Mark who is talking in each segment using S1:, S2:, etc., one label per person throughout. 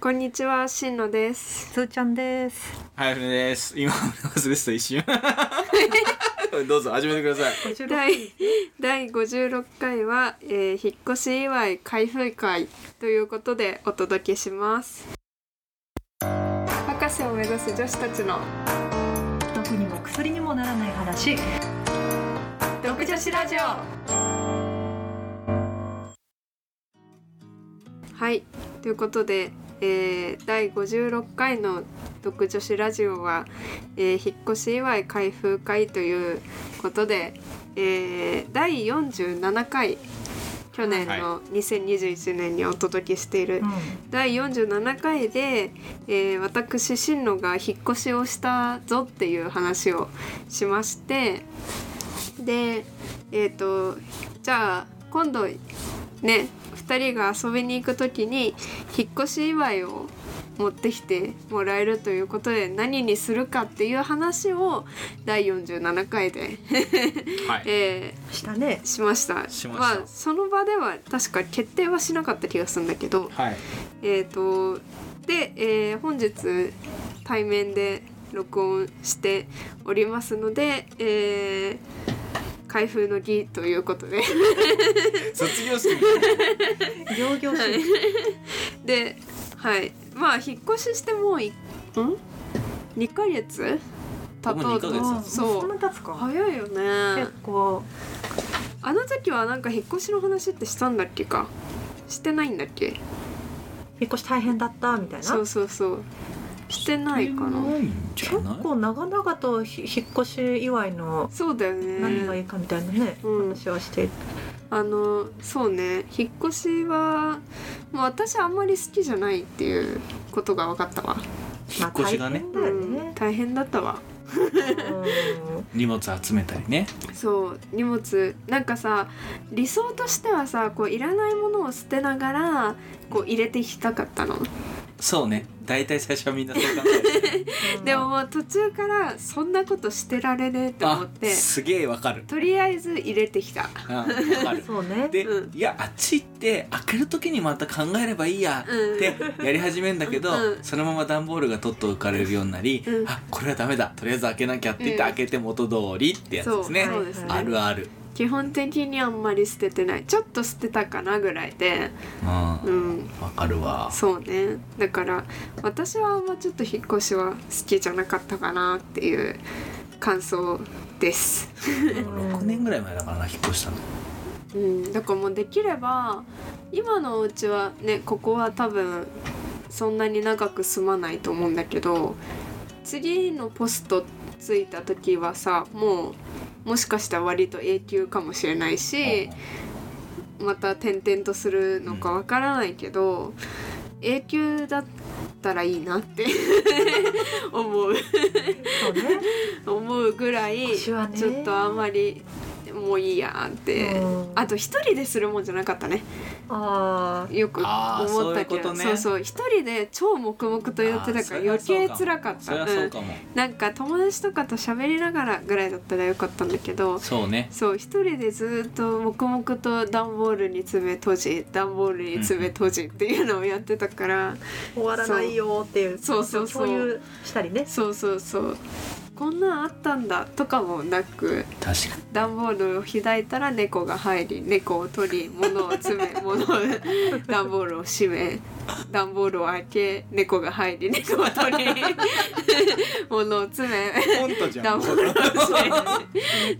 S1: こんにちは、しんの です。
S2: つーちゃんです。
S3: はい、ふねです。今、俺はですと一瞬。 どうぞ、始めてください。
S1: 第第56回は、えー引っ越し祝い開封会ということでお届けします。博士を目指す女子たちの
S2: 毒にも薬にもならない話。
S1: 独女子ラジオ。はい、ということで、えー、第56回の独女子ラジオは、えー、引っ越し祝い開封会ということで、えー、第47回去年の2021年にお届けしている、第47回で、えー、私進路が引っ越しをしたぞっていう話をしましてでえっ、とじゃあ今度ね2人が遊びに行く時に引っ越し祝いを持ってきてもらえるということで何にするかっていう話を第47回で、
S3: はい。
S1: え
S2: したね
S1: ー。しました。
S3: しました
S1: あその場では確か決定はしなかった気がするんだけど、
S3: はい。
S1: えー、とで、えー本日対面で録音しておりますので、えー開封の儀ということで
S3: 卒業式み
S2: 行々しい。
S1: ではいまあ引っ越ししてもういん2ヶ月
S3: たい
S1: 経とう
S3: な。もう2ヶ月経つ
S1: そう
S2: もそんな経つか。
S1: 早いよね
S2: 結構
S1: あの時はなんか引っ越しの話ってしたんだっけかしてないんだっけ
S2: 引っ越し大変だったみたいな。
S1: そうそうそうしてないかな
S3: ないんじ
S2: 結
S3: ゃない
S2: 構長々とひ引っ越し祝いの
S1: そうだよね
S2: 何がいいかみたいなね、
S1: うん
S2: 話はして。
S1: あのそうね引っ越しはもう私あんまり好きじゃないっていうことが分かったわ、
S2: ま
S3: 引っ越しがね
S2: 大変だよ
S1: うん
S2: ね。
S1: 大変だったわ
S2: うん
S3: 荷物集めたりね。
S1: そう荷物なんかさ理想としてはさこういらないものを捨てながらこう入れていきたかったの
S3: そうね。大体最初はみんなそう考えて。
S1: でももう途中からそんなことしてられねえと思
S3: あ
S1: っ、て
S3: すげえわかる。
S1: とりあえず入れてきた
S3: うんわ かる。
S2: そうね。
S3: で、
S1: うん
S3: いや、あっち行って、開ける時にまた考えればいいや。
S1: うん
S3: ってやり始めんだけど、
S1: うん
S3: そのまま段ボールが取っておかれるようになり、
S1: うん
S3: あこれはダメだとりあえず開けなきゃって言って、
S1: うん
S3: 開けて元通りってやつですね
S1: そうそうですね
S3: あるある、
S1: 基本的にあんまり捨ててないちょっと捨てたかなぐらいで
S3: うん、わ
S1: うん
S3: かるわ
S1: そうねだから私はあんまちょっと引っ越しは好きじゃなかったかなっていう感想です、
S3: 6年ぐらい前だからな引っ越したの
S1: うん、だからもうできれば今のお家はねここは多分そんなに長く住まないと思うんだけど次のポストついた時はさもうもしかしたら割と永久かもしれないし、また転々とするのかわからないけど、永久だったらいいなって 思う
S2: そうね。
S1: 思うぐらい
S2: 私
S1: ち
S2: はね
S1: ょっとあんまりもういいやって、
S2: うん
S1: あと一人でするもんじゃなかったね
S2: ああ。
S1: よく
S3: あー
S1: 思ったけど
S3: そういうことね
S1: そうそう一人で超黙々とやってたから余計辛かった
S3: そりゃそううんかも、
S1: なんか友達とかと喋りながらぐらいだったらよかったんだけど
S3: そうね
S1: そう一人でずーっと黙々と段ボールに詰め閉じ段ボールに詰め閉じっていうのをやってたから
S2: 終わらないよっていう。
S1: そうそうそうそう
S2: 共有したりね。
S1: そうそうそうこんなんあったんだとかもなく
S3: 確か
S1: 段ボールを開いたら猫が入り猫を取り物を詰め物を段ボールを閉め段ボールを開け猫が入り猫を取り物を詰め
S3: にコントじ
S1: 段ボールを閉め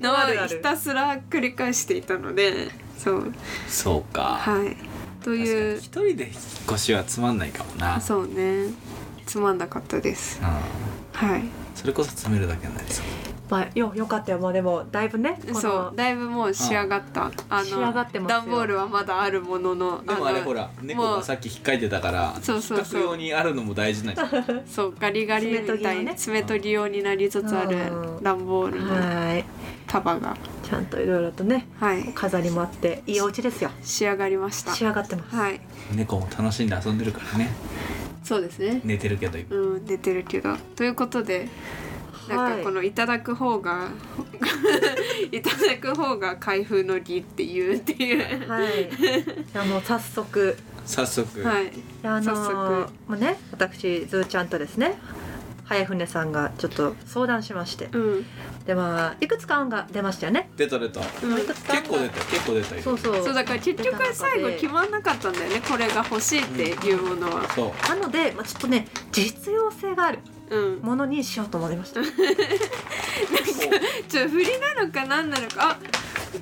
S1: の
S2: あるあ
S1: を
S2: る
S1: ひたすら繰り返していたのでそう
S3: そうか
S1: はいとい
S3: 確かに
S1: う
S3: 一人で引っ越しはつまんないかもな
S1: そうねつまんなかったです
S3: うん
S1: はい
S3: それこそ詰めるだけになりそう
S2: まあよよかったよ。まあでもだいぶね。こ
S1: そ
S2: の
S1: うだいぶもう仕上がったあの
S2: 仕上がってますよ
S1: 段ボールはまだあるものの
S3: でもあれ
S1: の
S3: ほら猫がさっき引っかいてたから
S1: そうそうそう
S3: 引っかくようにあるのも大事なんじ ゃない
S1: そうガリガリみたいに爪
S3: 爪
S1: 研
S3: 研
S1: ぎ用になりつつあ
S2: う
S1: る
S2: ん
S1: 段ボールの
S2: はい。
S1: 束が
S2: ちゃんといろいろとね
S1: はい
S2: 飾りもあっていいお家ですよ
S1: 仕上がりました
S2: 仕上がってます、
S1: はい
S3: 猫も楽しんで遊んでるからね
S1: そうですね
S3: 寝てるけど今
S1: うん出てるけどということでなん
S2: は
S1: か
S2: い
S1: このいただく方が いただく方が開封の儀っていうっていう
S2: はい、じゃあもう早速
S3: 早速、
S1: はい
S2: あ
S1: 早
S2: のー
S1: 速、
S2: もうね私ずーちゃんとですね早船さんがちょっと相談しまして
S1: うんうん
S2: でまあいくつか案が出ましたよね
S3: 出た出た結
S2: いくつか案が
S3: 構出た結構出たよ
S2: そうそう
S1: そうだから結局最後決まんなかったんだよねこれが欲しいっていうものは
S3: そう
S2: なので、まあ、ちょっとね実用性がある
S1: うん
S2: ものにしようと思いました
S1: ちょ振りなのか何なのかあ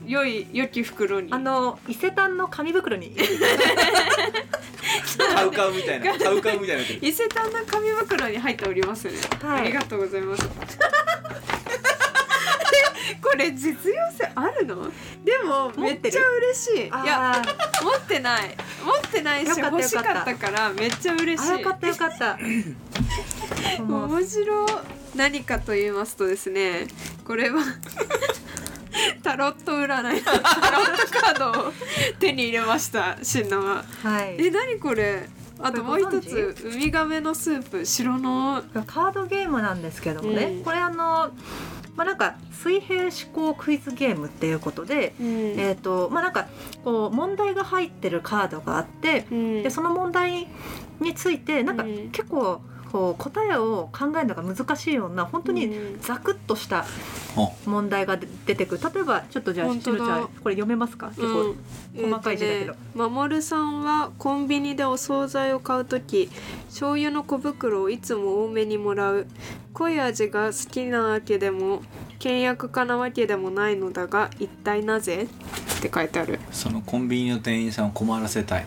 S1: 良い良き袋に
S2: あの伊勢丹の紙袋に
S3: カウカウみたいなカウカウみたいな
S1: 伊勢丹の紙袋に入っておりますね、
S2: はい
S1: ありがとうございます これ実用性あるのでもめ
S2: 持
S1: っ
S2: っ
S1: ち
S2: てる
S1: ゃ嬉しいいや
S2: あー
S1: 持ってない持ってないし
S2: よかった
S1: 欲しかったからめっちゃ嬉し
S2: あよ
S1: い
S2: かったよかったもう
S1: 面白い何かと言いますとですねこれは タロット占いのタロットカードを手に入れましたシンナは
S2: はい
S1: え何これあともう一
S2: これご
S1: つウミガメのスープ白の
S2: カードゲームなんですけどもね、
S1: うん
S2: これあのまあなんか水平思考クイズゲームっていうことで、
S1: うん
S2: えっ、とまあなんかこう問題が入ってるカードがあって、
S1: うん
S2: でその問題についてなんか
S1: うん
S2: 結構こう答えを考えるのが難しいような本当に
S1: うん
S2: ザクッとした
S3: ほ
S2: 問題がで出てくる例えばちょっとじゃあ
S1: 本
S2: し
S1: 当だ
S2: のちゃんこれ読めますか結構、
S1: うん
S2: 細かい字だけ
S1: えー
S2: ど
S1: とねまもるさんはコンビニでお惣菜を買うとき醤油の小袋をいつも多めにもらう濃い味が好きなわけでも倹約家なわけでもないのだが一体なぜって書いてある
S3: そのコンビニの店員さんを困らせたい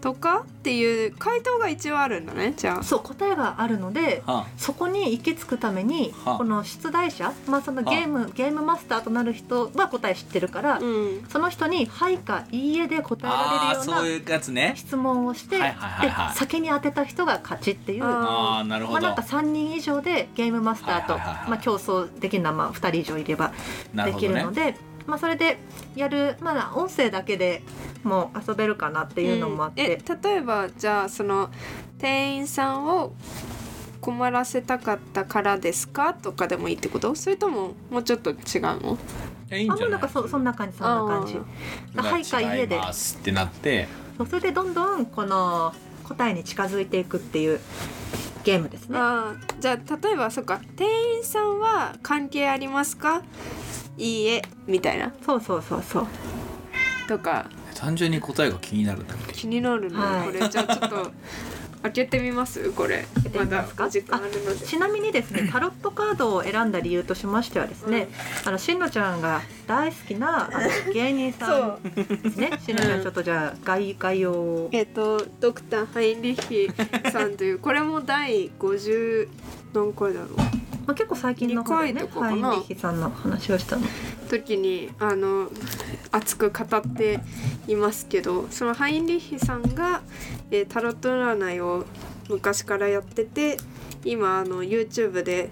S1: とかっていう回答が一応あるんだねじゃあ
S2: そう答えがあるので
S3: は
S2: そこに行き着くために
S3: はあ
S2: この出題者、まあ、そのゲームゲームマスターとなる人は答え知ってるから、
S1: うん
S2: その人に「はい」か「いいえ」で答えら
S3: ああー
S2: れ
S3: そう
S2: るよう
S3: いうやつ
S2: な
S3: ね
S2: 質問をして、
S3: はいはいはいはい
S2: で先に当てた人が勝ちっていう
S1: あ
S3: ああなるほ
S2: まあ、
S3: ど、
S2: なんか3人以上でゲームマスターと、
S3: はいはいはいはい
S2: まあ、競争できるのはまあ2人以上いれば
S3: な
S2: で
S3: るほ
S2: き
S3: ど
S2: る
S3: ね
S2: のでまあ、それでやるまだ音声だけでもう遊べるかなっていうのもあっ
S1: うんえ
S2: て、
S1: 例えばじゃあその店員さんを困らせたかったからですかとかでもいいってことそれとももうちょっと違うの
S3: えいい
S2: あも
S3: んじ
S2: う
S3: ゃ
S2: な
S3: なんい
S2: かそそんな感じそんな感じ
S1: あー
S2: あはいかいいえで
S3: 違いますってなって
S2: そうそれでどんどんこの答えに近づいていくっていうゲームですね。
S1: あーじゃあ例えばそっか店員さんは関係ありますかいいえみたいな
S2: そうそうそうそう。
S1: とか
S3: 単純に答えが気に なるんだっ
S1: 気
S3: け
S1: になるの、
S2: はい
S1: これじゃあちょっ と開けてみますこれ
S2: 開けて
S1: ま
S2: みま
S1: だ
S2: すか
S1: お時間あるので。
S2: ちなみにですね、タロットカードを選んだ理由としましてはですね、あのしんのちゃんが大好きなあの芸人さんですね。しんのちゃんちょっとじゃあ概概要を。
S1: えっ、とドクターハインリッヒさんというこれも第50何回だろう
S2: まあ結構最近の方でね
S1: 二回と、かか
S2: ハインリ
S1: な
S2: ッヒさんの話をしたの。
S1: 時にあの熱く語っていますけどそのハインリッヒさんが、えータロット占いを昔からやってて今あの YouTube で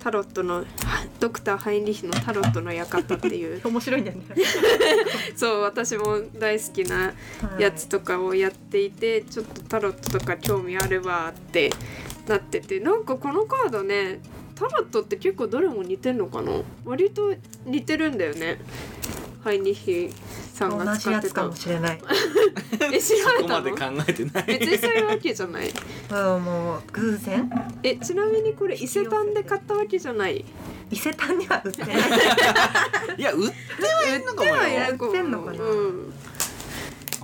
S1: タロットのはドクターハインリッヒのタロットの館っていう
S2: 面白いんだよね。
S1: そう私も大好きなやつとかをやっていて、ちょっとタロットとか興味あればってなっててなんかこのカードねタロットって結構どれも似てんのかな割と似てるんだよねハイニヒさん
S2: はい
S1: が
S2: 同じ
S1: 使
S2: や
S1: って
S2: つか
S1: た
S2: もしれない。
S1: え調
S3: そこ
S1: べた
S3: まで
S1: の
S3: 考え てない
S1: 別にそういうわけじゃない
S2: うん、もう偶然。
S1: えちなみにこれ伊勢丹で買ったわけじゃない
S2: 伊勢丹には 売ってない。
S3: いや売ってはいるのかも
S1: はい
S3: よ
S1: なんかもう
S2: 売ってんのかな
S1: うん、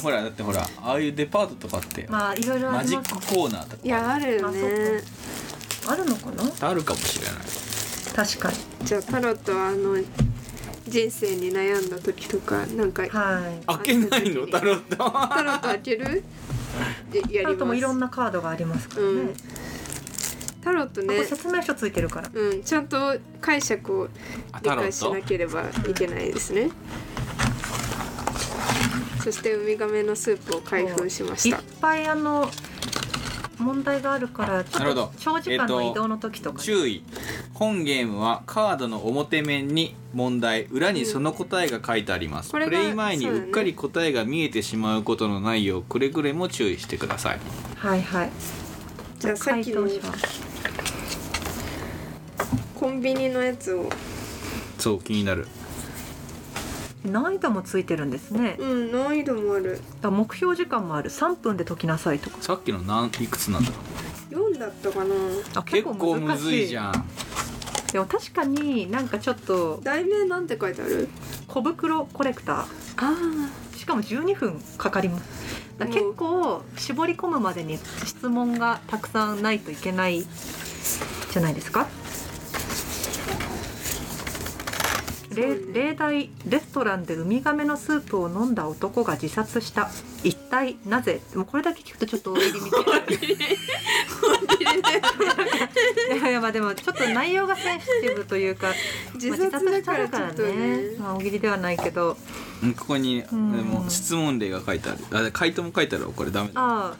S3: ほらだってほらああいうデパートとかって、
S2: まあいろいろあ
S3: マ
S2: り
S3: ジ
S2: ま
S3: ック
S2: す。
S3: コーナーとか
S1: いやあるよ
S2: あそ
S1: ね
S2: っあるのかな？
S3: あるかもしれない
S2: 確かに。
S1: じゃあタロットはあの人生に悩んだ時とかなんか
S2: はい。
S3: 開けないの タロット
S1: タロット開けるでやり
S2: タ
S1: ま
S2: ロ
S1: す
S2: ットもいろんなカードがありますからね。
S1: うんタロット
S2: あこ
S1: ね
S2: れ、説明書ついてるから。
S1: うん、ちゃんと解釈を
S3: あ
S1: 理
S3: タロ
S1: 解しな
S3: ッ
S1: ければいけないですね。そしてウミガメのスープを開封しまし。
S2: いったぱいあの問題があるから、ちょ
S3: なる
S2: っと
S3: ほど
S2: 長時間の
S3: えっと
S2: 移動の時と
S3: ト
S2: か、
S3: 注意本ゲームはカードの表面に問題裏にその答えが書いてあります、
S1: これ
S3: プ
S1: が
S3: レイ前に
S1: そうだね
S3: うっかり答えが見えてしまうことのないようくれぐれも注意してください
S2: はいはい。
S1: じゃあさっ
S2: 回
S1: きの
S2: 答者。
S1: コンビニのやつを
S3: そう気になる
S2: 難易度もついてるんですね。
S1: うん難易度もある
S2: だから目標時間もある。3分で解きなさいとか。
S3: さっきの何いくつなんだろう
S1: 4だったかな
S2: あ
S3: 結構むずいじ
S2: ん。
S3: ゃん
S2: でも確かになんかちょっと
S1: 題名なんて書いてある
S2: 小袋コレクタ
S1: あ
S2: ー。しかも12分かかります。だから結構絞り込むまでに質問がたくさんないといけないじゃないですか。れ例題レストランでウミガメのスープを飲んだ男が自殺した一体なぜでもこれだけ聞くとちょっと大喜利みたいな いやいやまあでもちょっと内容がセンシティブというか
S1: 自殺だからちょっとね
S2: まあ、大喜利ではないけど
S3: うんここにで
S2: ん
S3: も質問例が書いてあるあで回答も書いてあるわこれダメだ
S2: ああ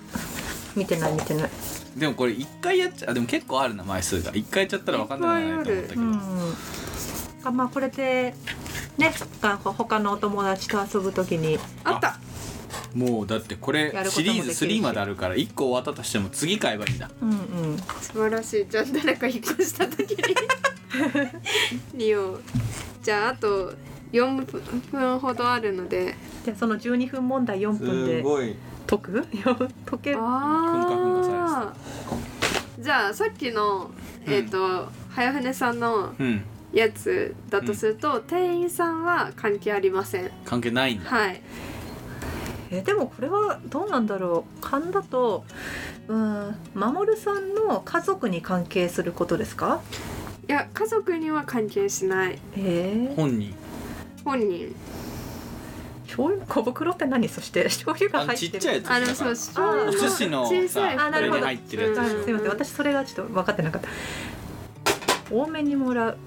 S2: 見てない見てない
S3: でもこれ一回やっちゃあでも結構あるな枚数が一回やっちゃったら分かんないなと思った
S2: う
S3: けど、
S2: んあまあこれでねがほ他のお友達と遊ぶときに
S1: あった
S3: もうだってこれ
S2: やることも
S3: シ
S2: でき
S3: リ
S2: るし
S3: ーズ3まであるから1個終わったとしても次買えばいいんだ
S2: うんうん
S1: 素晴らしいじゃあ誰か引っ越した時 に利用じゃああと4分ほどあるので
S2: じゃあその12分問題4分で
S3: い
S2: 解く 解ける
S1: ああじゃあさっきの
S3: うん
S1: えっ、と、早船さんの
S3: うん
S1: やつだとすると、店員さんは関係ありません
S3: 関係ないんだ
S1: はい
S2: えでもこれはどうなんだろう勘だとうん守さんの家族に関係することですか
S1: いや家族には関係しない
S2: ええ
S3: 本人
S1: 本人
S2: 醤油小袋って何そして醤油が
S3: あの
S2: 入っ
S3: ち
S2: て
S3: っ
S2: る
S3: ちゃいやつ
S1: あのそう
S3: お
S1: 醤油
S3: 寿司の
S1: 小さい
S3: さ
S2: あなる
S3: れ
S2: ほ
S3: に
S2: ど
S3: 入ってる
S1: う
S3: やつ
S1: ん
S3: でし
S2: す
S3: ょ
S2: みません私それがちょっと分かってなかった多めにもらう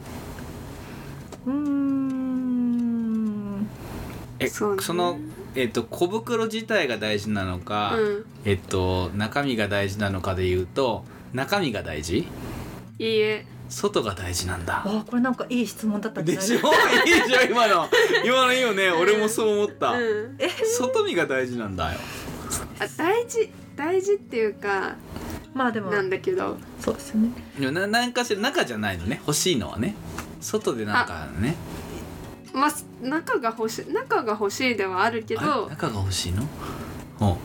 S2: うーん
S3: え
S1: そう
S3: そ
S1: ね
S3: のえっと小袋自体が大事なのか、
S1: うん
S3: えっと中身が大事なのかで言うと中身が大事
S1: いいえ
S3: 外が大事なんだ
S2: あこれなんかいい質問だったんじゃ
S3: で
S2: ない
S3: しょいいじゃん今の今のいいよね俺もそう思った、
S1: うん
S2: え
S3: 外見が大事なんだよ
S1: あ大事大事っていうか
S2: まあでも
S1: なんだけど
S2: そうですね
S3: でもななんかしら中じゃないのね欲しいのはね外でなんかね
S1: まあ中が欲しい中が欲しいではあるけ
S3: あ
S1: ど
S3: 中が欲しいのほ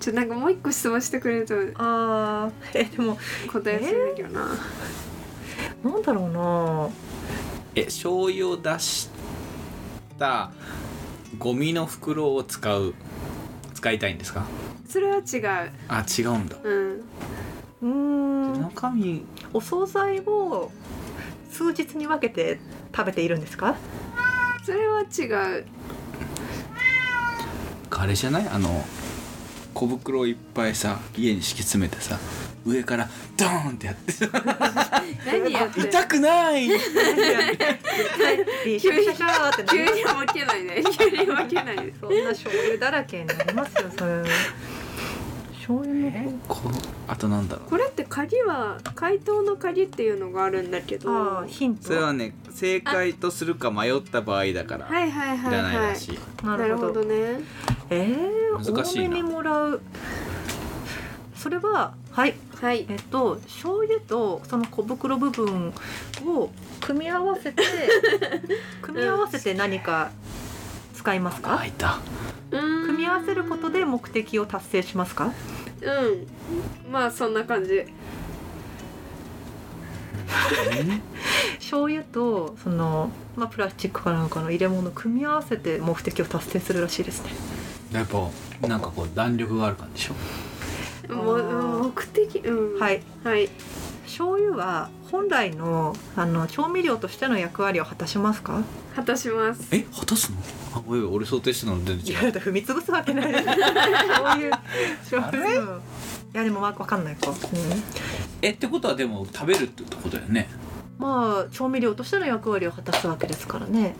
S1: ちょなんかもう一個質問してくれると
S2: あー えでも
S1: 答えやすいんだけどな、
S2: なんだろうな
S3: うえ醤油を出したゴミの袋を使う使いたいんですか
S1: それは違う
S3: あ違うんだ
S1: うん
S2: うーん
S3: 中身
S2: お惣菜を数日に分けて食べているんですか
S1: それは違う
S3: あれじゃないあの小袋をいっぱいさ家に敷き詰めてさ上からドーンってやってさ
S1: 何やって
S3: 痛くない
S2: ビシャビシャビシャーってな
S1: 急
S2: りま
S1: に
S2: す
S1: 分けないね 急に分けないです
S2: そんな醤油だらけになりますよそれ醤油の
S3: こうあとなんだろう
S1: これって鍵は回答の鍵っていうのがあるんだけど
S2: ああ
S1: は
S2: ヒント
S3: それはね正解とするか迷った場合だから、
S1: いはい
S3: い
S1: はい
S3: らない
S1: は
S3: ら
S1: い
S3: しい、
S2: な
S1: な
S2: る
S1: る
S2: ほ
S1: ほ
S2: ど
S1: どね
S2: えー、
S3: 難しいな
S2: 多めにもらうそれははい
S1: はい
S2: えっと醤油とその小袋部分を組み合わ せて組み合わせて何か使います
S3: あ
S2: か
S3: 開いた
S1: 組
S2: 組み合わせることで目的を達成しますか
S1: うんまあそんな感じ
S2: 醤油とそのまあプラスチックかなんかの入れ物を組み合わせて目的を達成するらしいですね
S3: やっぱなんかこう弾力がある感じでしょ
S1: も
S2: あ
S1: う
S2: ー
S1: 目的うん
S2: はい
S1: はい
S2: 醤油は本来のあの調味料としての役割を果たしますか
S1: 果たします
S3: え果たすのあおいおい俺想定してたの全
S2: い
S3: 然
S2: や
S3: 違
S2: だ
S3: う
S2: って踏み潰すわ けないです醤油醤油いやでもわわかんないか、うん、
S3: えってことはでも食べるってことだよね
S2: まあ調味料としての役割を果たすわけですからね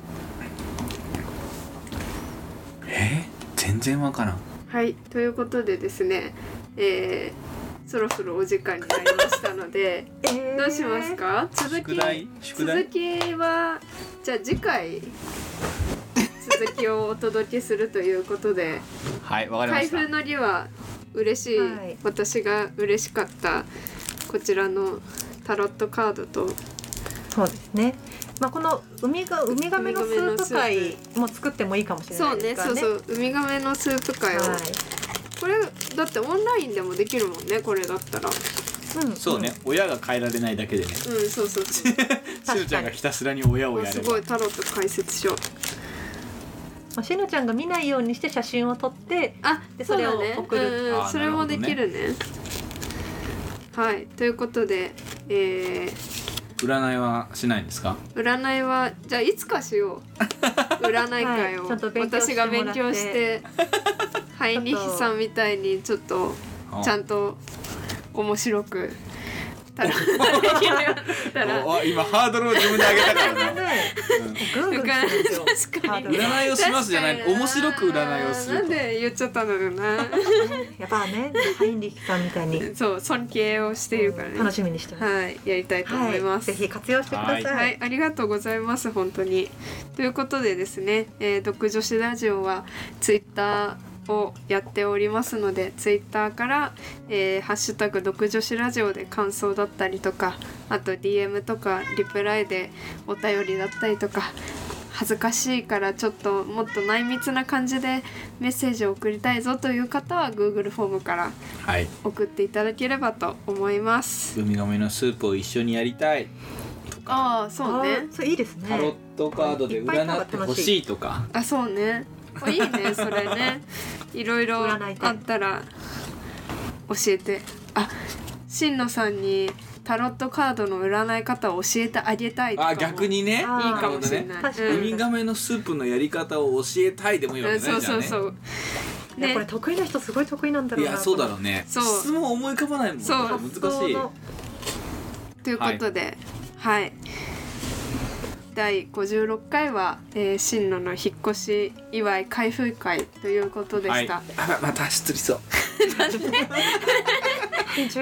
S3: え全然わからん
S1: はいということでですねえーそろそろお時間になりましたの で
S2: えー
S1: どうしますか続
S3: 宿
S1: き
S3: 題宿
S1: 続
S3: 題
S1: きはじゃあ次回続きをお届けするということで
S3: はいわかりま
S1: 開
S3: した
S1: 封のりは嬉しい、
S2: はい
S1: 私が嬉しかったこちらのタロットカードと
S2: そうですねまあ、このウミガウミガメのスープ
S1: ウミガメ
S2: 会
S1: のス
S2: も作ってもいいかもしれな
S1: そうね
S2: いですから
S1: そう
S2: ね。
S1: そうウミガメのスープ会を、
S2: は
S1: これだってオンラインでもできるもんねこれだったらう
S2: い。うん、
S3: そうね、親が変えられないだけでね
S1: んそうそうそう
S3: しのちゃんがひたすらに親を
S1: あ
S3: や
S1: す
S3: れ
S1: ご
S3: ば
S1: いタロット解説書
S2: まあ、しのちゃんが見ないようにして写真を撮って、
S1: あ
S2: で
S1: そうだ
S2: それ
S1: ね
S2: を送る
S1: うん
S3: あー
S1: それもできるねはいということでえー、
S3: 占いはしないんですか
S1: 占いはじゃあいつかしよう占い会を、
S2: はいちゃんと勉強して
S1: 私
S2: も
S1: が
S2: らって
S1: 勉強してハイニヒさんみたいにちょっとちゃんと面白くタロットできるようになったら
S3: おお今ハードルを自分で上げたから な、
S2: ね、
S3: う
S2: ぐん
S3: ん
S2: ぐん来るんですよ
S1: 確かに
S2: ハードルが
S3: 占いをしますじゃない
S1: 確かに
S3: 面白く占いをする
S1: な
S3: と
S1: んで言っちゃったのかな
S2: やっぱね、ハインリッヒさんみたいに
S1: そう尊敬をしているからね、
S2: 楽しみにしてます。
S1: はいやりたいと思います、
S2: ぜひ活用してください。
S3: は
S1: はい、ありがとうございます本当に。ということでですね、えー、独女子ラジオはツイッターをやっておりますので、ツイッターから、えーハッシュタグ独女子ラジオで感想だったりとか、あと DM とかリプライでお便りだったりとか。恥ずかしいからちょっともっと内密な感じでメッセージを送りたいぞという方は Google フォームから
S3: はい
S1: 送っていただければと思います。
S3: ウミガメのスープを一緒にやりたいとか
S1: ああそうね
S2: あ。そういいですね。
S3: タロットカードで占ってほしいとか
S1: あそうねあいいねそれねいろいろあ
S2: 占いたい
S1: ったら教えてあしんのさんにタロットカードの占い方を教えてあげたいとかも
S3: あ逆にね
S2: あ
S1: いいかもしれない、
S2: なるほどね
S3: ウ
S1: うん
S3: ミガメのスープのやり方を教えたいでもいいわ
S1: う
S3: け
S1: ん
S3: じゃ
S1: そ
S3: ないうじゃ
S1: そ
S3: ん
S1: う
S3: ね
S1: そう
S2: いやこれ得意な人すごい得意なんだろ
S3: いう
S2: な。
S3: やそうだろうね
S1: そう
S3: 質問思い浮かばないもん
S1: そう
S3: 難しい
S1: ということではい、第56回は、えー、進路の引っ越し祝い開封会ということで
S3: はい
S1: し た、
S3: あらまた失礼そう
S2: 十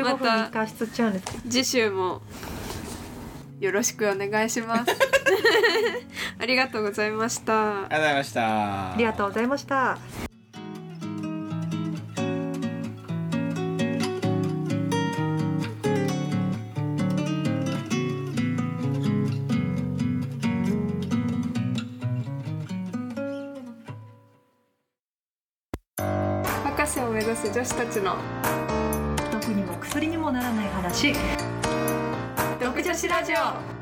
S1: また
S2: 五分に一回しつっちゃうんです。
S1: 次週もよろしくお願いし ます。ありがとうございました。
S3: ありがとうございました
S2: ありがとうございました。
S1: 博士を目指す女子たちの
S2: 毒にも薬にもならない話。
S1: 独女子ラジオ。